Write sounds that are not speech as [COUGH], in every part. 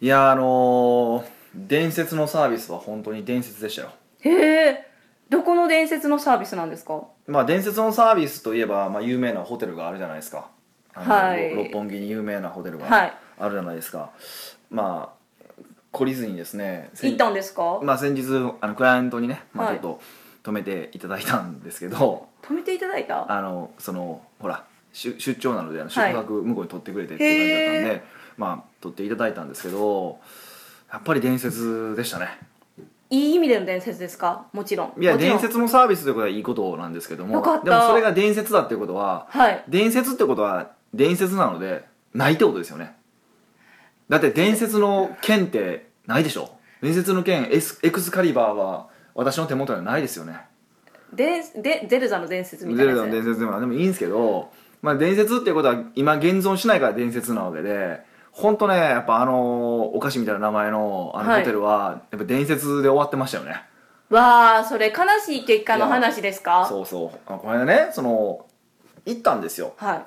いやあのー伝説のサービスは本当に伝説でしたよへえどこの伝説のサービスなんですかまあ伝説のサービスといえば、まあ、有名なホテルがあるじゃないですかあのはいろ六本木に有名なホテルがはいあるじゃないですか、まあ懲りずにですね行ったんですか、まあ、先日あのクライアントにね、まあ、はちょいっと止めていただいたんですけど、止めていただいたあのそのほら出出張なのであの宿はい泊向こうに取ってくれてっていう感じだったんで、まあ取っていただいたんですけどやっぱり伝説でしたねいい意味での伝説ですかもちろんいやもちろ伝ん説のサービスということはいいことなんですけどもよかったでもそれが伝説だっていうことははい伝説ってことは伝説なのでないってことですよねだって伝説の剣ってないでしょ伝説の剣エスエクスカリバーは私の手元にはないですよねででゼルダの伝説みたゼいなルやダつの伝説でも何でもいいんですけど、まあ、伝説っていうことは今現存しないから伝説なわけで本当ねやっぱあのお菓子みたいな名前のあのはいホテルはやっぱ伝説で終わってましたよね、わあそれ悲しい結果の話ですかそうそうあこの間ねその行ったんですよはい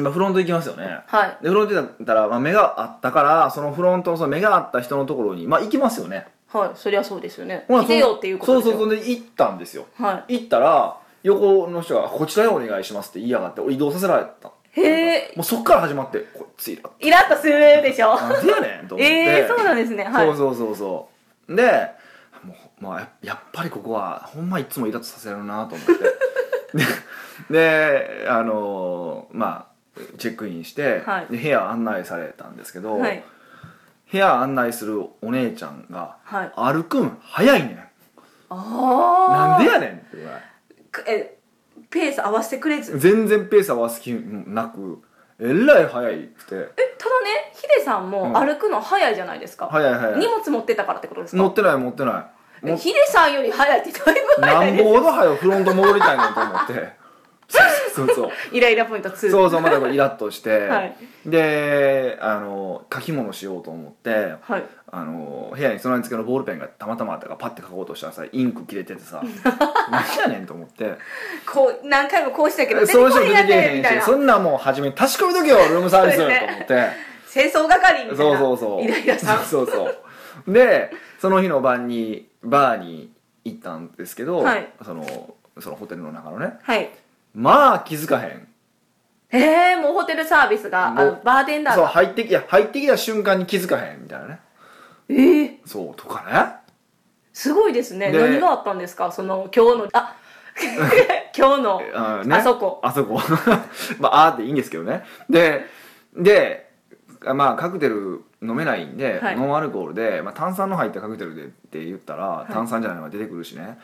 今フロント行きますよねはいでフロント行ったら、まあ、目があったからそのフロントのその目があった人のところにまあ行きますよねはいそりゃそうですよねほら来てよっていうことですそよのそうそうそうで行ったんですよは行ったら横の人が「こちらへお願いします」って言いやがって俺移動させられたいへえもうそっから始まってこいついらイラッとするでしょなんでやねんと思ってええー、そうなんですねはいそうそうそうそうでもう、まあ、ややっぱりここはほんまいつもイラッとさせるなと [LAUGHS] 思ってでであのーまあチェックインして、はいで部屋案内されたんですけど、はい部屋案内するお姉ちゃんがはい歩くん早いねんあなあんでやねんってぐらいえペース合わせてくれず全然ペース合わす気もなくえらい早いくてえただねヒデさんうんも歩くの早いじゃないですか、早い早荷い物持ってたからってことです乗っかてない持ってないえもヒデさんより早いってだいぶな早いんでぼほど早くフロント戻りたいなと思って [LAUGHS] そうそうそうすイライラポイント2そうそうまたこうイラッとして、 [LAUGHS] はいであの書き物しようと思ってはいあの部屋に備え付けのボールペンがたまたまあったからパッて書こうとしたらさインク切れてて [LAUGHS] さ何やねんと思ってこう何回もこうしたけど出てそこの人い出やてけねんへみたいんしなそんなんもう初めに確かめとけよルームサービスとそう思ですね [LAUGHS] って清掃係みたいなそうそうそうイライラさん [LAUGHS] そうそうそうでその日の晩にバーに行ったんですけど、はいそのそのホテルの中のねはいまあ気づかへんええもうホテルサービスがもあうのバーテンダーそうが入ってきいや入ってきた瞬間に気づかへんみたいなねええそうとかねすごいですねで何があったんですかその今日のあ [LAUGHS] 今日のあねあそこあそこ [LAUGHS] まああーでいいんですけどねででまあカクテル飲めないんで、はいノンアルコールで、まあ、炭酸の入ったカクテルでって言ったら、い炭酸じゃないのが出てくるしね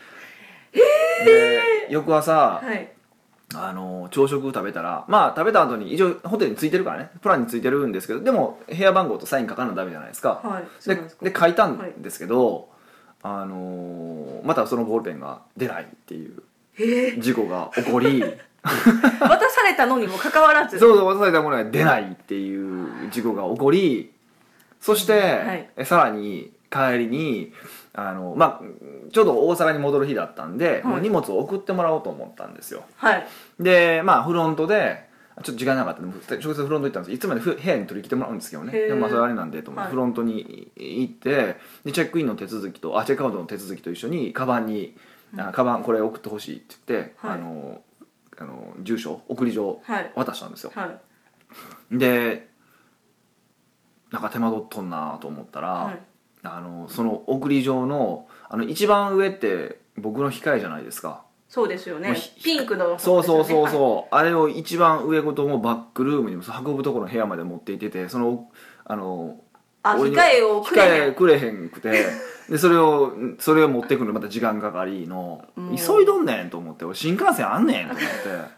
で翌朝、はいあの朝食食べたらまあ食べた後に一応ホテルについてるからねプランについてるんですけどでも部屋番号とサイン書かないとダメじゃないですか、はいそうでなんですかで書いたんですけど、あのーまたそのボールペンが出ないっていう事故が起こり、渡されたのにもかかわらずそうそう渡されたものが出ないっていう事故が起こりそして、はいえさらに帰りにあの、まあ、ちょうど大阪に戻る日だったんで、いもう荷物を送ってもらおうと思ったんですよはいでまあフロントでちょっと時間なかったんで直接フロント行ったんですいつもでふ部屋に取り来てもらうんですけどねへーでもまあそれはあれなんでと思って、はいフロントに行ってでチェックインの手続きとあチェックアウトの手続きと一緒にカバンに「あカバンこれ送ってほしい」って言って、はあいのあの住所送り状はい渡したんですよ、はいでなんか手間取っとんなと思ったら、はいあのその送り状のあの一番上って僕の控えじゃないですかそうですよもうねひピンクのそうそうそううそう、あれを一番上ごともバックルームにも運ぶところの部屋まで持っていっててそのあのあ俺に控えをくれへん控えくれへんくてでそれをそれを持ってくるのまた時間かかりのもう急いどんねんと思って俺新幹線あんねんと思って。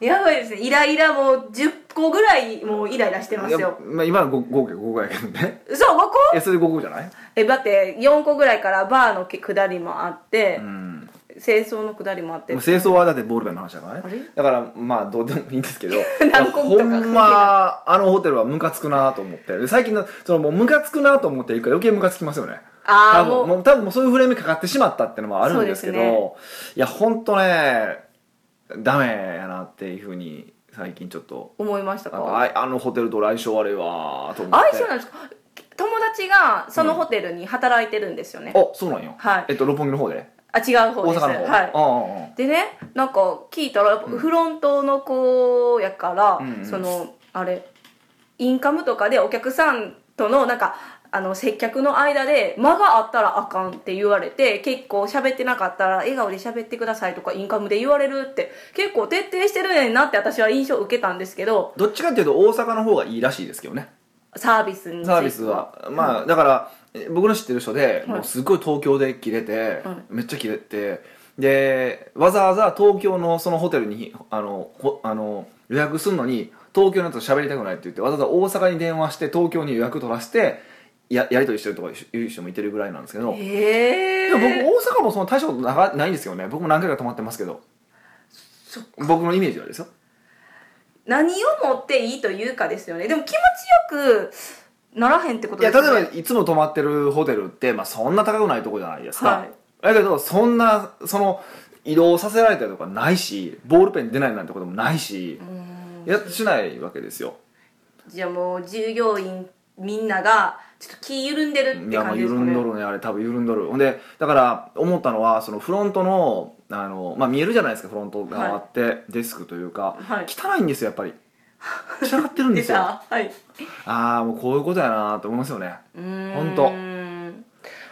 やばいですねイライラもう10個ぐらいもうイライラしてますいやよまあ、今の5個5個やけどねそう5個えそれ5個じゃないえだって4個ぐらいからバーの下りもあっうてん清掃の下りもあってもう清掃はだってボールペンの話だからあねれだからまあどうでもいいんですけど [LAUGHS] 何個とか関ほ係ないんまあのホテルはムカつくなと思ってで最近のそのもうムカつくなと思って行くから余計ムカつきますよねあ多あも分うもう多分もうそういうフレームにかかってしまったってのもあるんですけどそうですねいやほんとねダメやなっていうふうに最近ちょっと思いましたなかんかああのホテルと俺相性悪いわーと思って相性なんですか友達がそのホテルに働いてるんですよね、あそうなんよ、はいえっと六本木の方であ違う方大です阪の方はいあでねなんか聞いたらやっぱフロントの子やから、うんうんそのあれインカムとかでお客さんとのなんかあの接客の間で間があったらあかんって言われて結構喋ってなかったら笑顔で喋ってくださいとかインカムで言われるって結構徹底してるねんなって私は印象を受けたんですけどどっちかっていうと大阪の方がいいらしいですけどねサービスについてサービスはまあだからえ僕の知ってる人で、いもうすごい東京で切れて、はめっちゃ切れてでわざわざ東京のそのホテルにあのほあの予約するのに東京のやつと喋りたくないって言ってわざわざ大阪に電話して東京に予約取らせてややり取りしてるとかいう人もいてるぐらいなんですけど、ええでも僕大阪もその大したことながないんですよね僕も何回か泊まってますけどそ僕のイメージはですよ何を持っていいというかですよねでも気持ちよくならへんってこといやです例よえねばいつも泊まってるホテルって、まあ、そんな高くないとこじゃないですか、はいだけどそんなその移動させられたりとかないしボールペン出ないなんてこともないし、やしないわけですよじゃあもう従業員みんながちょっと気緩んでるっいてやも感うじです緩かんねどるねあれ多分緩んどるほんでだから思ったのはそのフロントのあの、まあ、見えるじゃないですかフロント側って、デスクというか、はい汚いんですよやっぱり散らかってるんで [LAUGHS] 出すよたはいああもうこういうことやなと思いますよねうーんほんと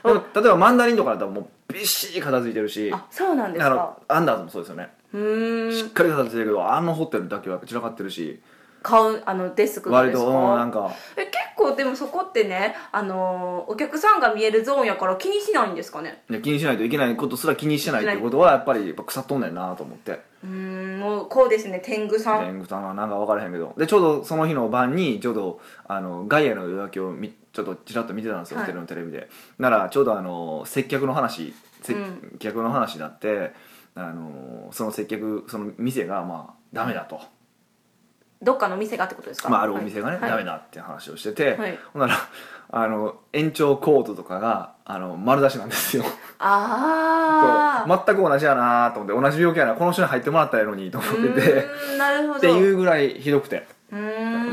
あだから例えばマンダリンとかだったらもうびっしり片付いてるしあそうなんですあかのアンダーズもそうですよね、うーしっんかり片付いてるけどあのホテルだけは散らかってるし買うあのデスクが割ですとかうんなんかえ結構でもそこってねあのーお客さんが見えるゾーンやから気にしないんですかねいや気にしないといけないことすら気にしてないっていうことはやっぱりやっぱ腐っとんねんなと思ってうーんもうこうですね天狗さん天狗さんはなんか分からへんけどでちょうどその日の晩にちょうどあのガイアの夜明けをみちょっとちらっと見てたんですよ、はいホテルのテレビでならちょうどあの接客の話接客の話になって、あのその接客その店がまあダメだと。どっかの店がってことですかまあ、あるお店がね、はいダメだって話をしてて、はいほんならあの延長コートとかがあの丸出しなんですよああ、そう全く同じやなと思って同じ病気やなこの人に入ってもらったらやのにと思っててうーんなるほどっていうぐらいひどくてうーも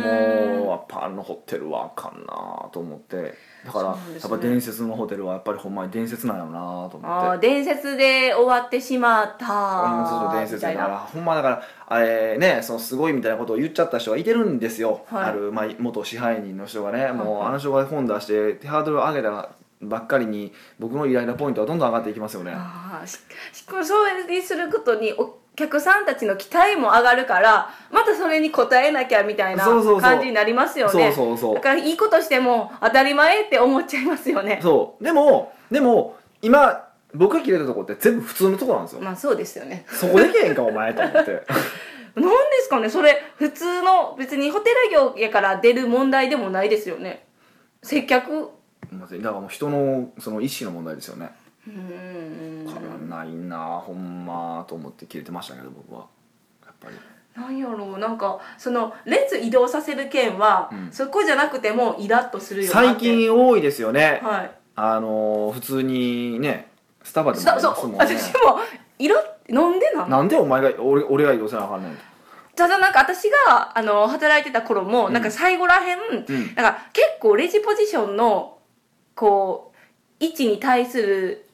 んうやっぱあのホテルはあかんなと思ってだから、そうなんでやっすねぱ伝説のホテルはやっぱりほんまに伝説なんやろなと思っああて。伝説で終わってしまったうんそうそう伝説みただいかならほんまだからあれねそのすごいみたいなことを言っちゃった人がいてるんですよ、はいある、まあ、元支配人の人がね、もはういあの人が本出してハードルを上げたばっかりに僕のイライラポイントはどんどん上がっていきますよねああししかもそうすることにお客さんたちの期待も上がるからまたそれに応えなきゃみたいなそうそうそう感じになりますよねそうそうそうだからいいことしても当たり前って思っちゃいますよねそうでもでも今僕が切れたとこって全部普通のとこなんですよ、まあそうですよねそこでけへんかお前と思って [LAUGHS] なんですかねそれ普通の別にホテル業やから出る問題でもないですよね接客まずだからもう人のその意識の問題ですよねうーん変わんないなほんまと思って切れてましたけど僕はやっぱりなんやろうなんかその列移動させる件は、うんそこじゃなくてもイラッとするような最近多いですよね、はいあのー普通にねスタバでもありそそますうもんね私もイラッなんでなん [LAUGHS] なんでお前が俺俺が移動せなあかんねんただなんか私があの働いてた頃も、うんなんか最後らへん、うんなんか結構レジポジションのこう位置に対する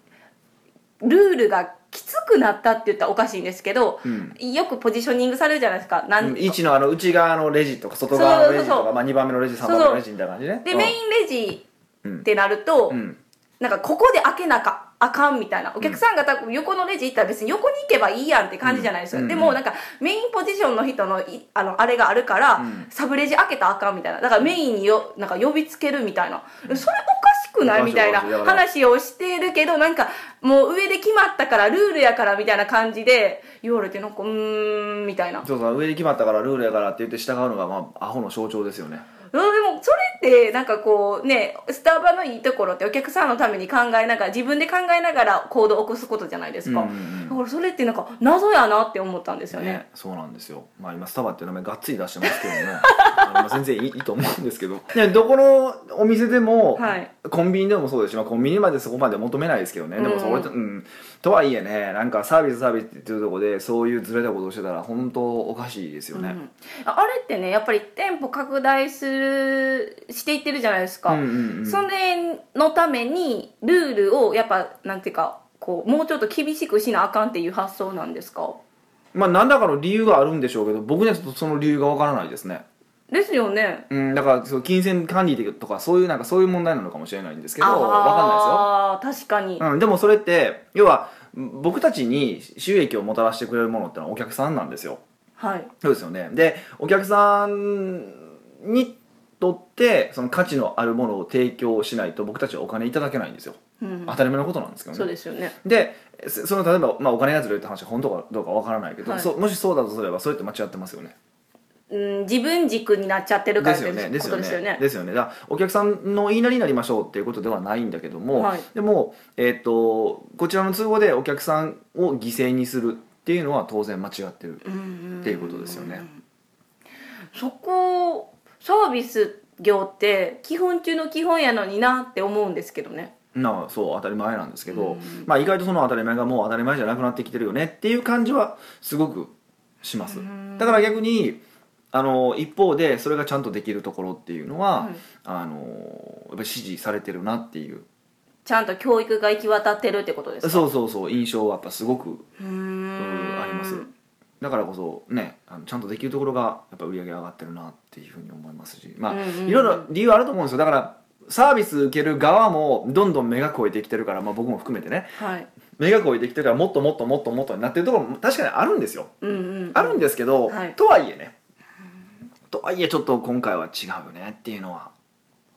ルールがきつくなったって言ったらおかしいんですけど、うんよくポジショニングされるじゃないですかなんうん位置のあの内側のレジとか外側のレジとそうそうそかうまあ2番目のレジ3番目のレジみたいな感じねでうんメインレジうんってなると、うんなんかここで開けなかあかんみたいなお客さんが多分横のレジ行ったら別に横に行けばいいやんって感じじゃないですか、うんでうんもうんなんかメインポジションの人のいあのあれがあるから、うんサブレジ開けたらあかんみたいなだからメインによなんか呼びつけるみたいなそれおかしくなおいかしいみたいなおかしいだから話をしてるけどなんかもう上で決まったからルールやからみたいな感じで言われてなんかうーんみたいなそうそう上に決まったからルールやからって言って従うのがまあアホの象徴ですよねうんでもそれってなんかこうねスタバのいいところってお客さんのために考えながら自分で考えながら行動を起こすことじゃないですか、うんうんうんだからそれってなんか謎やなって思ったんですよねね、そうなんですよ、まあ、今スタバっていう名前がっつり出してますけどね [LAUGHS] あのまあ全然いいいいと思うんですけど、ね、どこのお店でも、はいコンビニでもそうですし、まあ、コンビニまでそこまで求めないですけどねでもそれ、ううんんとはいえねなんかサービスサービスっていうところでそういうずれたことをしてたら本当おかしいですようね、んあれってねやっぱり店舗拡大するしていってるじゃないですうか、んうんうんそれのためにルールをやっぱなんていうかこうもうちょっと厳しくしなあかんっていう発想なんですかまあ何らかの理由があるんでしょうけど僕にはちょっとその理由がわからないですねですよねうん、だからそう金銭管理とかそういうなんかそういう問題なのかもしれないんですけどわかんないですよああー確かに、うん、でもそれって要はうん僕たちに収益をもたらしてくれるものってのはお客さんなんですよはいそうですよねでお客さんにとってその価値のあるものを提供しないと僕たちはお金いただけないんですようん当たり前のことなんですけどねそうですよねでそその例えば、まあ、お金がずれるって話は本当かどうかわからないけど、はいそうもしそうだとすればそれって間違ってますよねうん自分軸になっちゃってるでからっすてよねでこすとよですよねねですよねだからお客さんの言いなりになりましょうっていうことではないんだけども、はいでも、えー、とこちらの通報でお客さんを犠牲にするっていうのは当然間違ってるっっていうことですよねそこサービス業って基本中の基本やのになって思うんですけどねなあそう当たり前なんですけど、うんまあ、意外とその当たり前がもう当たり前じゃなくなってきてるよねっていう感じはすごくします、うんだから逆にあの一方でそれがちゃんとできるところっていうのは、はいあのやっぱり支持されてるなっていうちゃんと教育が行き渡ってるってことですかそうそうそう印象はやっぱすごくうーんありますだからこそねあのちゃんとできるところがやっぱ売り上げ上がってるなっていうふうに思いますしまあ、うんうんうんいろいろ理由あると思うんですよだからサービス受ける側もどんどん目が超えてきてるから、まあ、僕も含めてねはい目が超えてきてるからもっともっともっともっとになってるところも確かにあるんですようんうんあるんですけど、はいとはいえねとはいえちょっと今回は違うよねっていうのは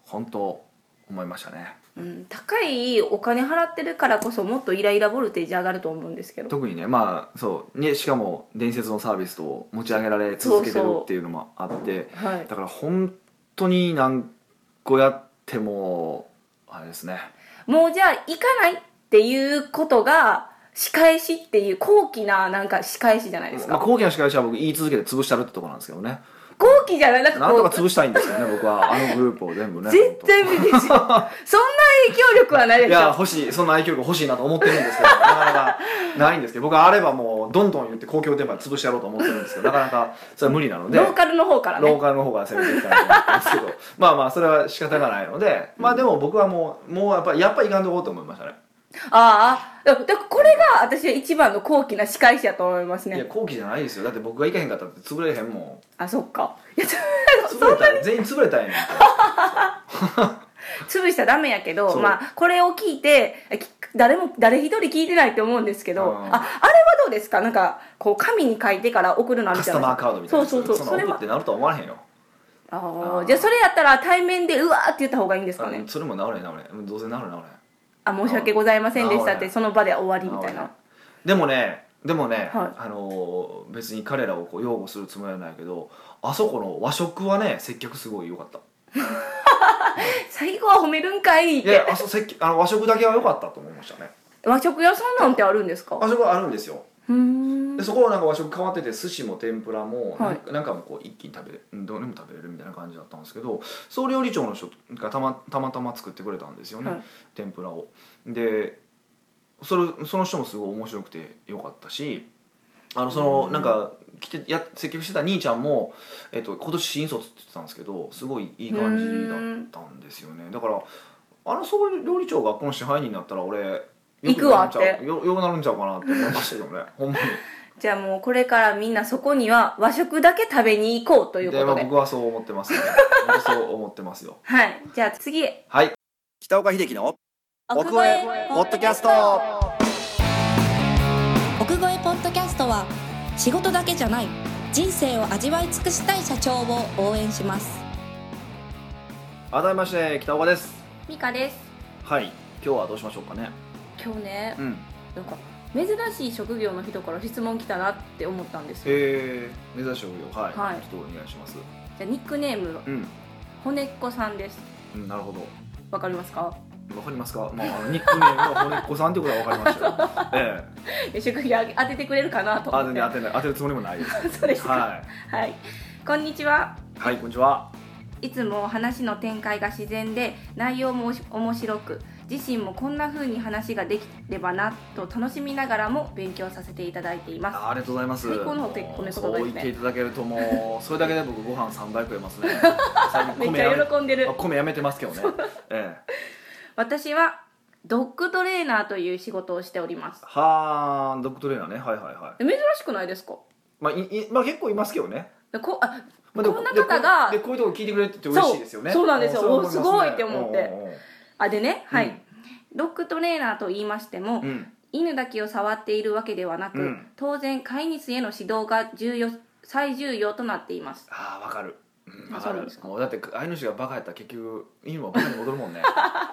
本当思いましたねうん高いお金払ってるからこそもっとイライラボルテージ上がると思うんですけど特にねまあそうねしかも伝説のサービスを持ち上げられ続けてるっていうのもあってはいだから本当に何個やってもあれですねもうじゃあ行かないっていうことが仕返しっていう高貴ななんか仕返しじゃないですまあか後期の司会者は僕言い続けて潰したるってとこなんですけどね高貴じゃないなんかなんことうか潰したいんですよね僕はあのグループを全部ね [LAUGHS] 絶対無理ですよそんな影響力はな本当いでいしやょ欲しいそんな影響力欲しいなと思ってるんですけどなかなかないんですけど僕はあればもうどんどん言って公共電波で潰してやろうと思ってるんですけどなかなかそれは無理なのでローカルの方から廊ね下の方が攻めていかないと思ったんですけどまあまあそれは仕方がないのでまあでも僕はもうもうやっぱりやっぱいかんとこうと思いましたねああだからこれが私は一番の高貴な仕返しやと思いますいやね後期じゃないですよだって僕が行かへんかったって潰れへんもんあそっかいや潰れた全員潰れたんやねん潰したらダメやけど、そうまあ、これを聞いてき誰も誰一人聞いてないと思うんですけど、うんああれはどうですかなんかこう紙に書いてから送るのあるカじスゃなタいですマーカードかみたいなやつそうそうそうんそれな怒はってなるとは思われへんよああーーじゃあそれやったら対面でうわーって言った方がいいんですかねうんそれも治れへん治れへんうんどうせ治る治れへんあ申し訳ございませんでしたっあてーその場で終わりみたいあなでもねでもね、はいあのー別に彼らをこう擁護するつもりはないけどあそこの和食はね接客すごい良かった最後は褒めるんかいっいやてあそ接客あの和食だけは良かったと思いましたね和食屋さんなんてあるんですか和食はあるんですようーんでそこはなんか和食変わってて寿司も天ぷらもなはいんかなんかもこう一気に食べれるうんどれも食べれるみたいな感じだったんですけど総料理長の人がたまたまたま作ってくれたんですよね、はい天ぷらをでそれその人もすごい面白くてよかったしあのそのなんか来てや接客してた兄ちゃんも、えっと、今年新卒って言ってたんですけどすごいいい感じだったんですよねだからあの総料理長がこの支配人になったら俺行くわってよくなるんちゃうよよくなるんちゃうかなって思いましたけどね [LAUGHS] ほんまに。じゃあもうこれからみんなそこには和食だけ食べに行こうというこでまあとで僕はそう思って [LAUGHS] ます、ね、僕はそう思ってますよはいじゃあ次はい北岡秀樹の奥越えポッドキャスト奥越えポッドキャストは仕事だけじゃない人生を味わい尽くしたい社長を応援します改めまして北岡ですミカですはい今日はどうしましょうかね今日ねうんなんか珍しい職業の人から質問来たなって思ったんですよえー、目指し職業はい、はいちょっとお願いしますじゃあニックネームうん、骨っこさんですうん、なるほどわかりますかわかりますか、まあ、あのニックネームは骨っこさんってことはわかりましたよ [LAUGHS] ええ職業当ててくれるかなとあ思全って然当てない当てるつもりもないです [LAUGHS] そうですかは、はい、こんにちはいはい、こんにちはいつもお話の展開が自然で内容もおし面白く自身もこんな風に話ができればなと楽しみながらも勉強させていただいていますあありがとうございます最高の褒めもう褒め言葉ですねそう言っていただけるともうそれだけで僕ご飯3杯食えます [LAUGHS] ね最近めっ米ちやめゃ喜んでるあ米やめてますけどね、ええ、私はドッグトレーナーという仕事をしておりますはあドッグトレーナーねはいはいはい珍しくないですかまあ、いいまあ結構いますけどね、でこあまあ、こんな方がでこうでこういうとこ聞いてくれてて嬉しいですよねそうそうなんですよそれは思ますねおすごいって思うってんうんうんあでねはい、うんドッグトレーナーと言いましても、うん犬だけを触っているわけではなく、うん当然飼い主への指導が重要最重要となっていますああわかるうんあわかそうなんるですかもうだって飼い主がバカやったら結局犬はバカに戻るも [LAUGHS] んね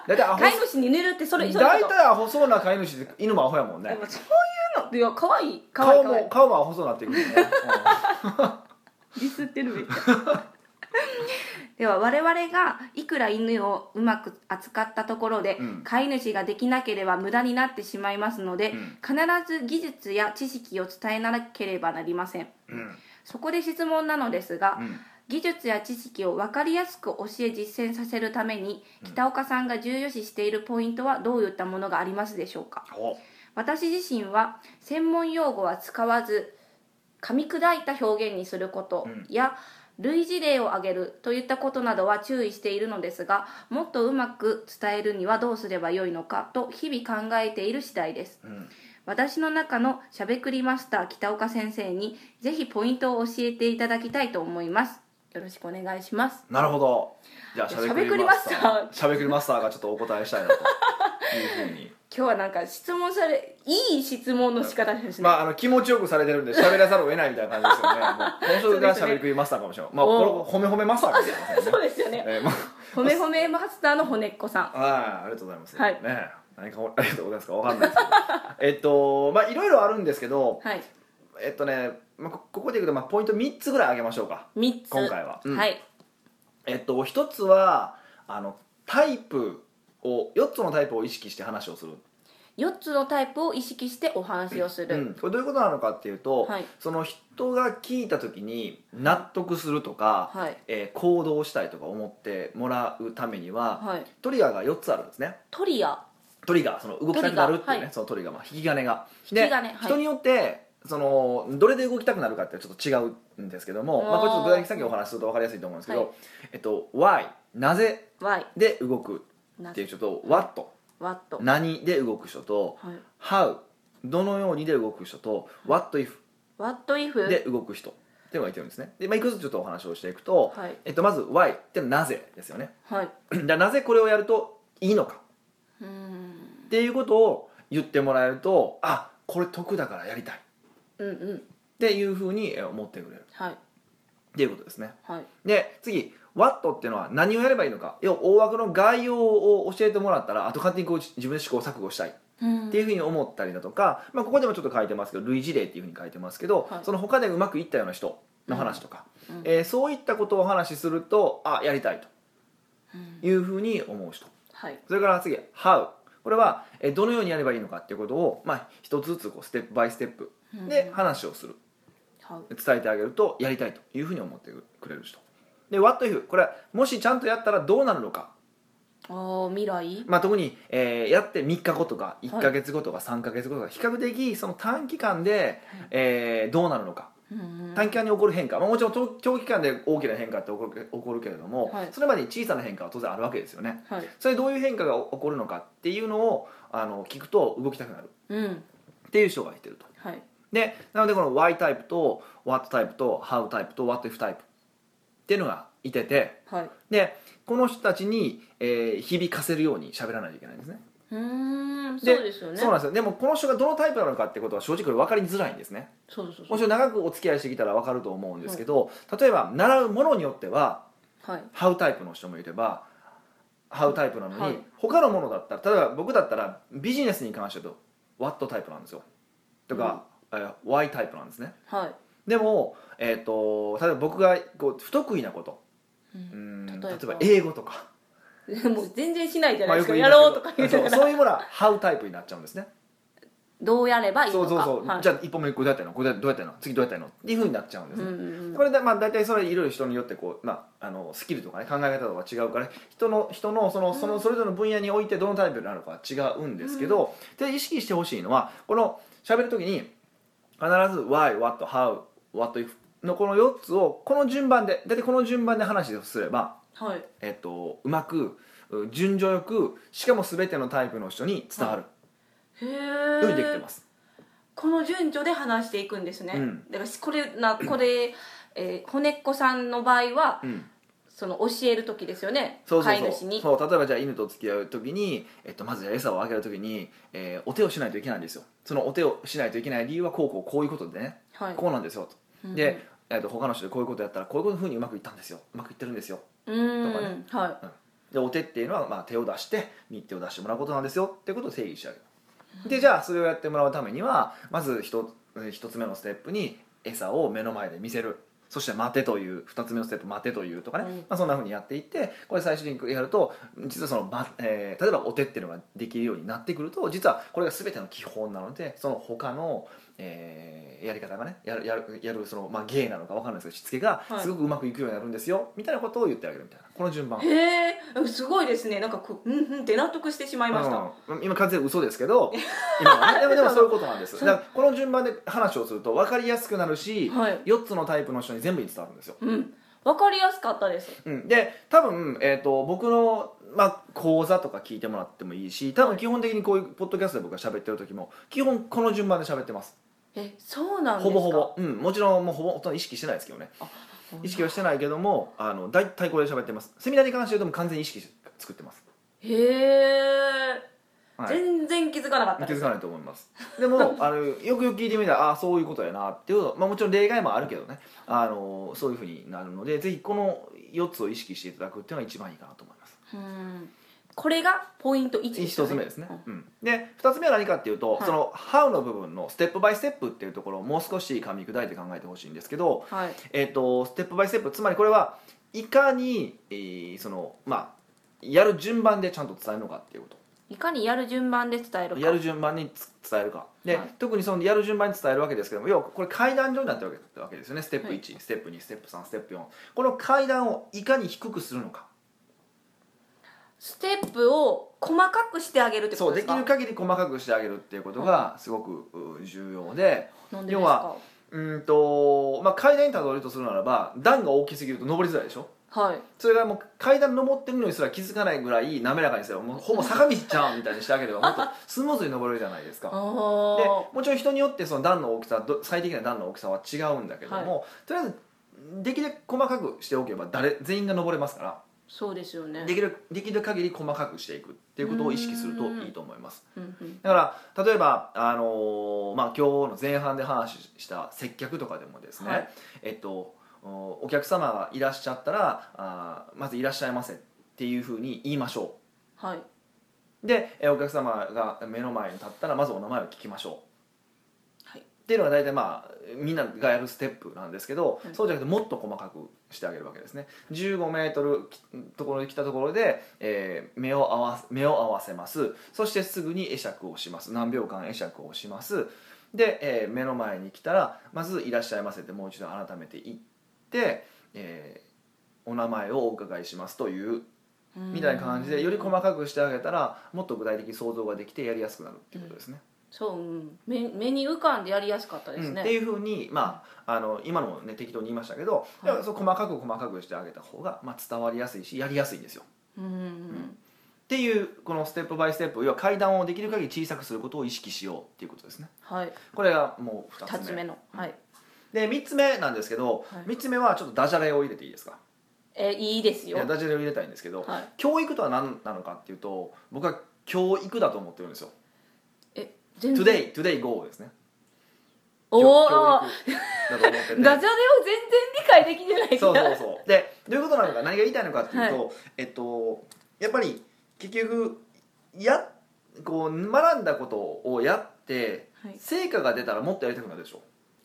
だいたいアホ飼い主に寝るってそれそう大いうこと体アホそうな飼い主で犬もアホやもんでねもそういうのいや可愛い可愛い顔可愛いも顔もアホそうになっていくるね、ディスってるめっちゃ [LAUGHS] では我々がいくら犬をうまく扱ったところで、うん飼い主ができなければ無駄になってしまいますので、うん必ず技術や知識を伝えなければなりませんうんうんそこで質問なのですが、うん技術や知識を分かりやすく教え実践させるために北岡さんが重要視しているポイントはどういったものがありますでしょうかお私自身は専門用語は使わず噛み砕いた表現にすることうんや類似例を挙げるといったことなどは注意しているのですがもっとうまく伝えるにはどうすればよいのかと日々考えている次第ですうん私の中のしゃべくりマスター北岡先生にぜひポイントを教えていただきたいと思いますよろしくお願いしますなるほどじゃあしゃべくりマスタしゃべくりマスーしゃべくりマスターがちょっとお答えしたいな [LAUGHS] というふうに今日はなんか質問されいい質問の仕方ですね、まあ、あの気持ちよくされてるんで喋らざるを得ないみたいな感じ [LAUGHS] ですよね。もうこの人が喋りくりマスターかもしれない。まあ、おうこれ褒め褒めマスターかもしれませんね。そうですよね [LAUGHS] えーまほめほめマスターの骨っこさんあ、はいありがとうございます。はいね何かおありがとうございますかわかんないです [LAUGHS] けど。えっと、まあ、いろいろあるんですけど、はいえっとね、まあ、こここでいくと、まあ、ポイント3つぐらいあげましょうか。 3つ今回はうんはいえっと、一つは、あの、タイプを、4つのタイプを意識して話をする。 4つのタイプを意識してお話をする、うん、これどういうことなのかっていうと、はいその人が聞いた時に納得するとか、はいえー行動したいとか思ってもらうためには、はいトリガーが4つあるんですねトリアトリガーその動きたくなるっていうねトリガーはいそのトリガー、まあ、引き金が引き金ではい人によってそのどれで動きたくなるかってちょっと違うんですけども、まあ、これちょっと具体的にさっきお話しすると分かりやすいと思うんですけど、はいえっと Why なぜ Y で動くなっていう人と What ワット何で動く人とはい How どのようにで動く人と What if ワットイフで動く人っていうのがいてるんですねで、まあ、いくつちょっとお話をしていくと、はいえっと、まず Why ってなぜですよね [CLEARS THROAT] はいだなぜこれをやるといいのかうーんっていうことを言ってもらえるとあこれ得だからやりたいっうんうんていうふうにえ思ってくれるはいっていうことですねはいで次 What っていうのは何をやればいいのか要は大枠の概要を教えてもらったらあと勝手にこう自分で試行錯誤したいっていうふうに思ったりだとか、まあ、ここでもちょっと書いてますけど類似例っていうふうに書いてますけど、はいその他でうまくいったような人の話とか、うんうんえーそういったことをお話しするとあやりたいうんというふうに思う人はいそれから次「How」これはえーどのようにやればいいのかっていうことを、まあ、一つずつこうステップバイステップで話をするはい伝えてあげるとやりたいというふうに思ってくれる人で「What if」これはもしちゃんとやったらどうなるのかあー未来まあ、特に、えーやって3日後とか1か月後とか3か月後とか比較的その短期間で、えーどうなるのかうんうん短期間に起こる変化、まあ、もちろん長長期間で大きな変化って起こる起こるけれども、はいそれまでに小さな変化は当然あるわけですよねはいそれどういう変化が起こるのかっていうのをあの聞くと動きたくなるうんっていう人がいてるとはいでなのでこの Y タイプと What タイプと How タイプと What if タイプっていうのがいててはいでこの人たちに、えー響かせるように喋らないといけないんですねうーんそうですよねそうなんですよでもこの人がどのタイプなのかってことは正直これ分かりづらいんですねそうそうそもうちろん長くお付き合いしてきたら分かると思うんですけど、例えば習うものによってははいハウタイプの人もいればハウタイプなのに、はい他のものだったら例えば僕だったらビジネスに関してだとワットタイプなんですよとか、えー Y タイプなんですねはいでも、えー、と例えば僕がこう不得意なことううんん例え例ばえば英語とか [LAUGHS] もう全然しないじゃまなあよいくですか、言いますけどやろうとか言ってたらそうそういうものは「ハウ」タイプになっちゃうんですねどうやればいいそのうかそうそう、はいじゃあ一歩目これどうやったのこれどうやったの次どうやったのっていうふうになっちゃうんですうね、んうんうんこれでまあ大体それいろいろ人によってこう、まあ、あのスキルとかね考え方とか違うから人の人のそのそのそれぞれの分野においてどのタイプになるかは違うんですけど、で意識してほしいのはこの喋る時に必ず「why」「what」「how」「what if」のこの4つをこの順番で大体この順番で話をすれば、はいえっと、うまくう順序よくしかも全てのタイプの人に伝わるへようにできてえます。この順序で話していくんですね、うんだからこれなこれ、えー、骨っこさんの場合はうんその教える時ですよねそうそう飼いそう主にそう例えばじゃあ犬と付き合う時に、えっと、まずじゃあ餌をあげる時に、えーお手をしないといけないんですよそのお手をしないといけない理由はこうこうこういうことでね、はいこうなんですよと、うんで、えっと、他の人でこういうことやったらこういうふうにうまくいったんですようまくいってるんですようーんとかねはでお手っていうのは、まあ、手を出して日手を出してもらうことなんですよってことを定義してあげるでじゃあそれをやってもらうためにはまず一一つ目のステップに餌を目の前で見せるそして待てという二つ目のステップ待てというとかね、うんまあ、そんなふうにやっていってこれ最終的にやると実はその、まえー例えばお手っていうのができるようになってくると実はこれが全ての基本なのでその他の、えーやり方がねやるやるやるその、まあ、芸なのか分かんないですけどしつけがはいすごくうまくいくようになるんですよ、みたいなことを言ってあげるみたいなこの順番いへえすごいですねなんかこううんうんって納得してしまいました、うん、今完全に嘘ですけ [LAUGHS] ど今はねでもでもそういうことなんですそだうからこの順番で話をすると分かりやすくなるし、はい4つのタイプの人に全部に伝わるんですよ、うんわかりやすかったですうん、で多分、えー、と僕の、まあ、講座とか聞いてもらってもいいし多分基本的にこういうポッドキャストで僕が喋ってる時も基本この順番で喋ってますえそうなんでほすかぼほぼ、うん、もちろんもうほぼほとんど意識してないですけどね意識はしてないけどもあの大体これで喋ってますセミナーに関して言うともう完全に意識して作ってます、へえ、はい全然気づかなかった気でづすかないと思いますで [LAUGHS] もあのよくよく聞いてみたらああそういうことやなっていうこと、まあ、もちろん例外もあるけどねあのそういうふうになるのでぜひこの4つを意識していただくっていうのが一番いいかなと思いますうんこれがポイント1でした1つ目ですね、うん、で2つ目は何かっていうと、はいその「How」の部分のステップバイステップっていうところをもう少し噛み砕いて考えてほしいんですけど、はいえー、とステップバイステップつまりこれはいかに、えーそのまあやる順番でちゃんと伝えるのかっていうこといかにやる順番で伝えるかやる順番につ伝えるかで、はい特にそのやる順番に伝えるわけですけども要はこれ階段状になってるわけわけですよねステップ1、ステップ2ステップ3ステップ4この階段をいかに低くするのかステップを細かくしてあげるってこそうとでですきかる限り細かくしてあげるっていうことがすごくう重要でなんでです要かはうんと、まあ、階段にたどるとするならば段が大きすぎると登りづらいでしょはいそれがもう階段登ってるのにすら気づかないぐらい滑らかにすればもうほぼ坂道ちゃんみたいにしてあげればもっとスムーズに登れるじゃないですかああでもちろん人によってその段の大きさど最適な段の大きさは違うんだけども、とりあえずできるだけ細かくしておけば誰全員が登れますからそうですよねできるできる限り細かくしていくっていうことを意識するとうんいいと思いますうんうんだから例えば、あのーまあ、今日の前半で話した接客とかでもですね、はいえっと、おお客様がいらっしゃったらあーまず「いらっしゃいませ」っていうふうに言いましょはい、うでえお客様が目の前に立ったらまずお名前を聞きましょうはい、っていうのが大体まあみんながやるステップなんですけど、うんそうじゃなくてもっと細かくしてあげるわけですね1 5ルところに来たところで、えー目を合わせ目を合わせますそしてすぐに会釈をします何秒間会釈をしますで、えー目の前に来たらまず「いらっしゃいませ」ってもう一度改めて言って、えーお名前をお伺いしますというみたいな感じでより細いかくしてあげたらもっと具体的に想像ができてやりやすくなるっていうことですね、そう、うん、目目に浮かんでやりやすかったですうんね、っていうふうに、まあ、あの今のも、ね、適当に言いましたけど、いでもそう細かく細かくしてあげた方が、まあ、伝わりやすいしやりやすいんですよ。うんうんっていうこのステップバイステップ要は階段をできる限り小さくすることを意識しようっていうことですね。はいこれがもう2つ2目つ目の、はいで3つ目なんですけど、はい3つ目はちょっとダジャレを入れていいですかえいいですいよやダジャレを入れたいんですけど、はい教育とは何なのかっていうと僕は教育だと思ってるんですよ。えト全ゥデイトゥデイ GO ですね。教育だと思おおーってて [LAUGHS] ダジャレを全然理解できてないなそうそうそう [LAUGHS] でどういうことなのか何が言いたいのかっていうと、えっとやっぱり結局やこう学んだことをやって、はい成果が出たらもっとやりたくなるでしょ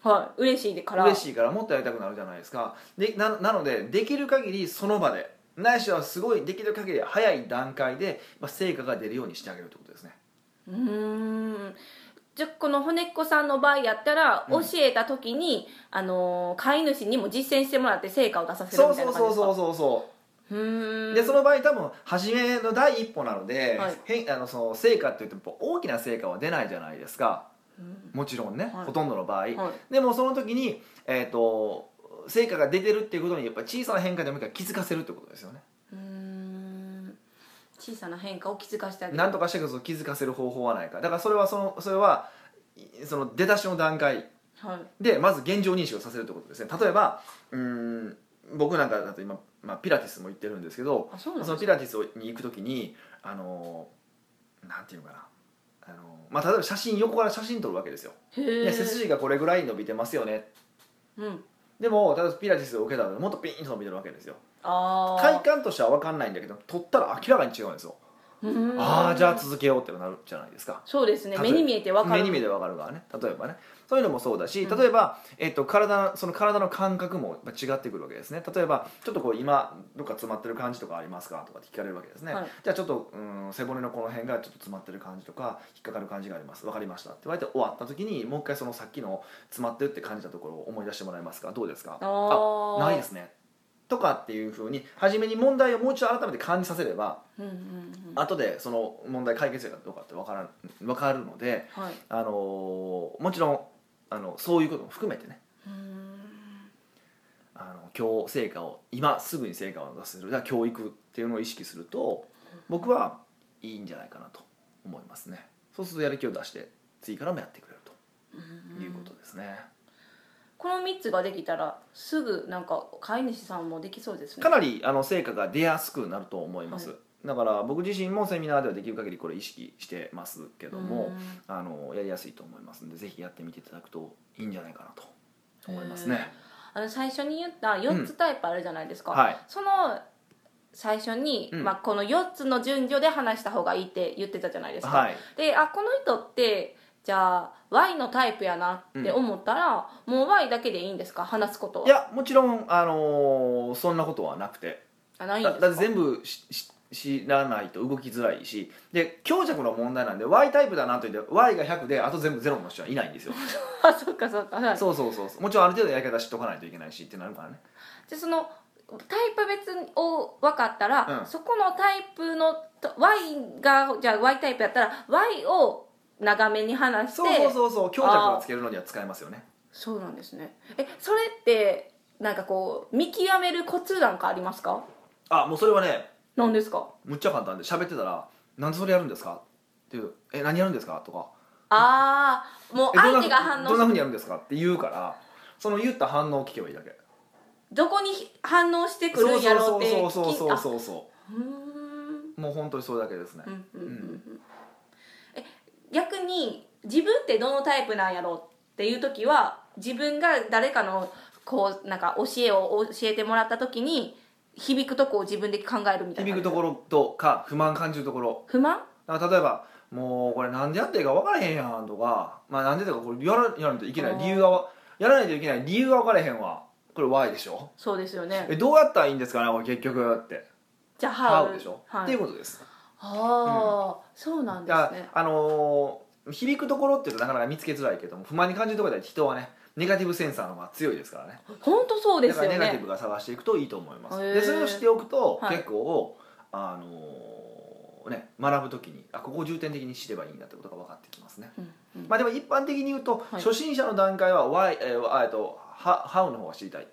はい嬉しいでから嬉しいからもっとやりたくなるじゃないですかでななのでできる限りその場でないしはすごいできる限り早い段階で、まあ、成果が出るようにしてあげるってことですねうーんじゃあこの骨っこさんの場合やったら教うんえた時に、あのー飼い主にも実践してもらって成果を出させるそうみたいそなうそ感うじですそうかそうそううーんでその場合多分初めの第一歩なので、はい変あのその成果って言ってもやっぱ大きな成果は出ないじゃないですかうんもちろんね、はいほとんどの場合、はいでもその時に、えー、と成果が出てるっていうことにやっぱ小さな変化でもいいから気づかせるってことですよねうーん小さな変化を気づかせてあげるなんとかしてこそ気づかせる方法はないかだからそれはそのそれはいその出だしの段階はいでまず現状認識をさせるってことですね例えばうーん僕なんかだと今、まあ、ピラティスも行ってるんですけどあそうなんそのですピかラティスに行く時にあのなんていうのかなあの、まあ、例えば写真横から写真撮るわけですよ、へでえ背筋がこれぐらい伸びてますよねうんでも例えばピラティスを受けたらもっとピーンと伸びてるわけですよあ体感としては分かんないんだけど撮ったら明らかに違うんですよ、あああじゃあ続けようってなるじゃないですかそうですね例え目に見えてわかる目に見えて分かるからね例えばねそういうのもそうだし例えば、えっと、体その体の感覚もやっぱ違ってくるわけですね例えばちょっとこう今どっか詰まってる感じとかありますかとかって聞かれるわけですね、はいじゃあちょっとうん背骨のこの辺がちょっと詰まってる感じとか引っかかる感じがあります分かりましたって言われて終わった時にもう一回そのさっきの詰まってるって感じたところを思い出してもらえますかどうですかあーないですねとかっていうふうに初めに問題をもう一度改めて感じさせればうんうんうん後でその問題解決かどうかって分からん分かるので、はいあのーもちろんあのそういうことも含めてねうーんあの今日成果を今すぐに成果を出せるだから教育っていうのを意識すると僕はいいんじゃないかなと思いますねそうするとやる気を出して次からもやってくれるということですね、この3つができたらすぐなんか飼い主さんもできそうですねかなりあの成果が出やすくなると思います、はだから僕自身もセミナーではできる限りこれ意識してますけども、うんあのやりやすいと思いますのでぜひやってみていただくといいんじゃないかなと思いますね、あの最初に言った4つタイプあるじゃないですか、はいその最初に、うんまあ、この4つの順序で話した方がいいって言ってたじゃないですか、はいであこの人ってじゃあ Y のタイプやなって思ったら、もう Y だけでいいんですか話すことはいやもちろん、あのーそんなことはなくてあないんでだすかだって全部しし知らないと動きづらいしで強弱の問題なんで Y タイプだなと言って Y が100であと全部0の人はいないん [LAUGHS] ですよ [LAUGHS] あそっかそっか、はい、そうそうそうそうもちろんある程度やり方知っとかないといけないしってなるからねでそのタイプ別を分かったら、うんそこのタイプのと Y がじゃあ Y タイプやったら Y を長めに話してそうそうそうそう強弱をつけるのには使えますよねそうなんですねえそれってなんかこう見極めるコツなんかありますかあもうそれはねなんですかむっちゃ簡単で喋ってたら「なんでそれやるんですか?」っていう「え何やるんですか?」とかああも「うえどんな相手が反応どんなふうしにやるんですか?」って言うからその言った反応を聞けばいいだけどこに反応してくるんやろうってそうそうそうそううそうそうーんもう本当にそれだけですね、うんうんうんうんえ逆に自分ってどのタイプなんやろうっていう時は自分が誰かのこうなんか教えを教えてもらった時に響くとこを自分で考えるみたいな響くところとか不満感じるところ不満だから例えば「もうこれなんでやっていいか分からへんやん」とか「まあ、なんでとかこれやらやらないといけなあいー理由がわやらないといけない理由が分からへんわこれ Y でしょそうですよねえどうやったらいいんですかねこれ結局」ってじゃ「あハウ How」でしょ、はい、っていうことですああ、そうなんでだかすね。らあのー響くところっていうとなかなか見つけづらいけども不満に感じるところでは人はねネガティブセンサーの方が強いですからね本当そうでだすからよネガティね。ブが探していくといいと思いますへーでそれをしておくとはい結構、あのーね学ぶ時にあここを重点的に知ればいいんだってことが分かってきますね、うんうんまあ、でも一般的に言うと、はい初心者の段階は Y、えーあえっとハハウの方が知りたい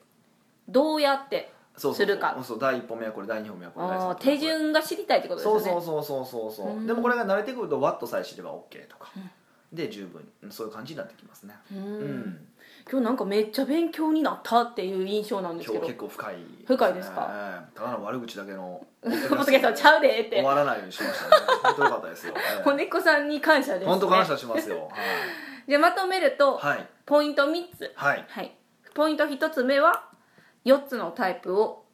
どうやってそうそうするかそう第一歩目はこれ第二歩目はこれ第あ三歩目ーはこれ手順が知りたいってことですそようね。そうそうそうそうそう、うんでもこれが慣れてくるとワットさえ知れば OK とか、で十分うんそういう感じになってきますねううん、ん今日なんかめっちゃ勉強になったっていう印象なんです今け日ど。結構深い、深いですかええただの悪口だけ [LAUGHS] のポツケさんちゃうでっ終て。わらないようにしましたね本当よかった [LAUGHS] ですよ、ええ骨っこさんに感謝です、ね。本当感謝しますよじゃあまとめると、はいはいポイント3つ。はいはい。ポイント1つ目は4つのタイプを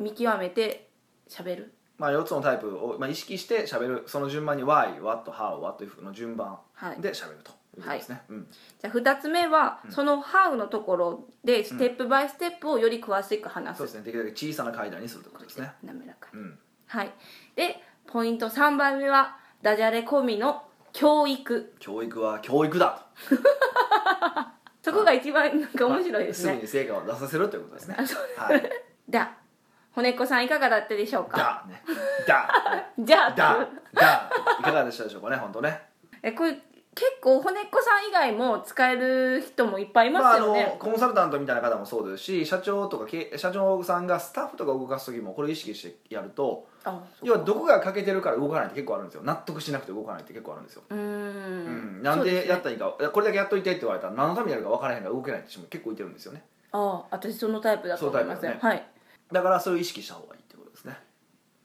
見極めて喋る。まあ、4つのタイプを、まあ、意識して喋るその順番に Why, What, How, What if の順番はいで喋ると、いうことですね、うんじゃあ2つ目は、その「ハウのところでステップバイステップをより詳しく話す、そうですねできるだけ小さな階段にするということですね滑らかに、うんはいでポイント3番目はダジャレ込みの教育教育は教育だとそこが一番なんか面白いですすぐねに成果を出させるということですねはいだ骨子さんいかがだったでしょうかだねだじ [LAUGHS] ゃあだだいかがでしたでしょうかね本当ねえこれ結構骨っこさん以外も使える人もいっぱいいまあまあすよのね、コンサルタントみたいな方もそうですし社長とか経社長さんがスタッフとか動かす時もこれを意識してやるとあそう要はどこが欠けてるから動かないって結構あるんですよ納得しなくて動かないって結構あるんですよ、うーうんん、なんそうすでねやったらいいか、いやこれだけやっといてって言われたら何のためにやるか分からへんから動けないって人も結構いてるんですよねああ私そのタイプだと思いますそうタイプだはいだからそれを意識した方がいいってことですね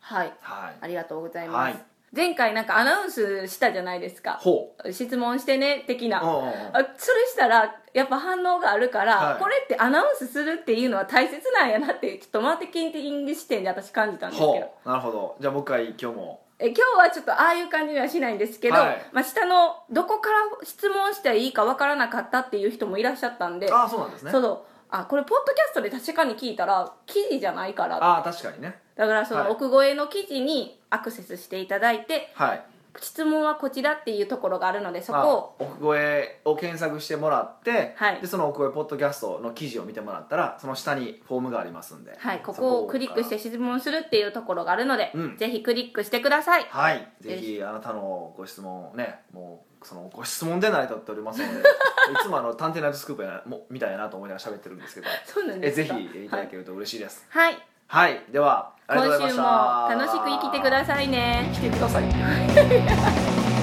はいはいありがとうございます、はい前回なんかアナウンスしたじゃないですかほ質問してね的うなあうんうんうんそれしたらやっぱ反応があるから、はいこれってアナウンスするっていうのは大切なんやなってちょっとマーケティング視点で私感じたんですけどほうなるほどじゃあもう一回今日もえ今日はちょっとああいう感じにはしないんですけど、はいまあ、下のどこから質問していいかわからなかったっていう人もいらっしゃったんでああそうなんですねそうあこれポッドキャストで確かに聞いたら記事じゃないからああ確かにねだからそはいの奥越えの記事にアクセスしていただいて、はい質問はこちらっていうところがあるのでそこをあ奥越えを検索してもらって、はいでその奥越えポッドキャストの記事を見てもらったらその下にフォームがありますんではい、ここをクリックしてそ質問するっていうところがあるので、うんぜひクリックしてください、こからはいぜひあなたのご質問をねもうそのご質問で成り立っておりますの [LAUGHS] でいつもあの探偵ナイトスクープやなもみたいやなと思いながら喋ってるんですけどそうなんえですぜかひいただけると嬉しいですはい、はい、ではありがとうご今ざいま週したも楽しく生きてくださいね生きてください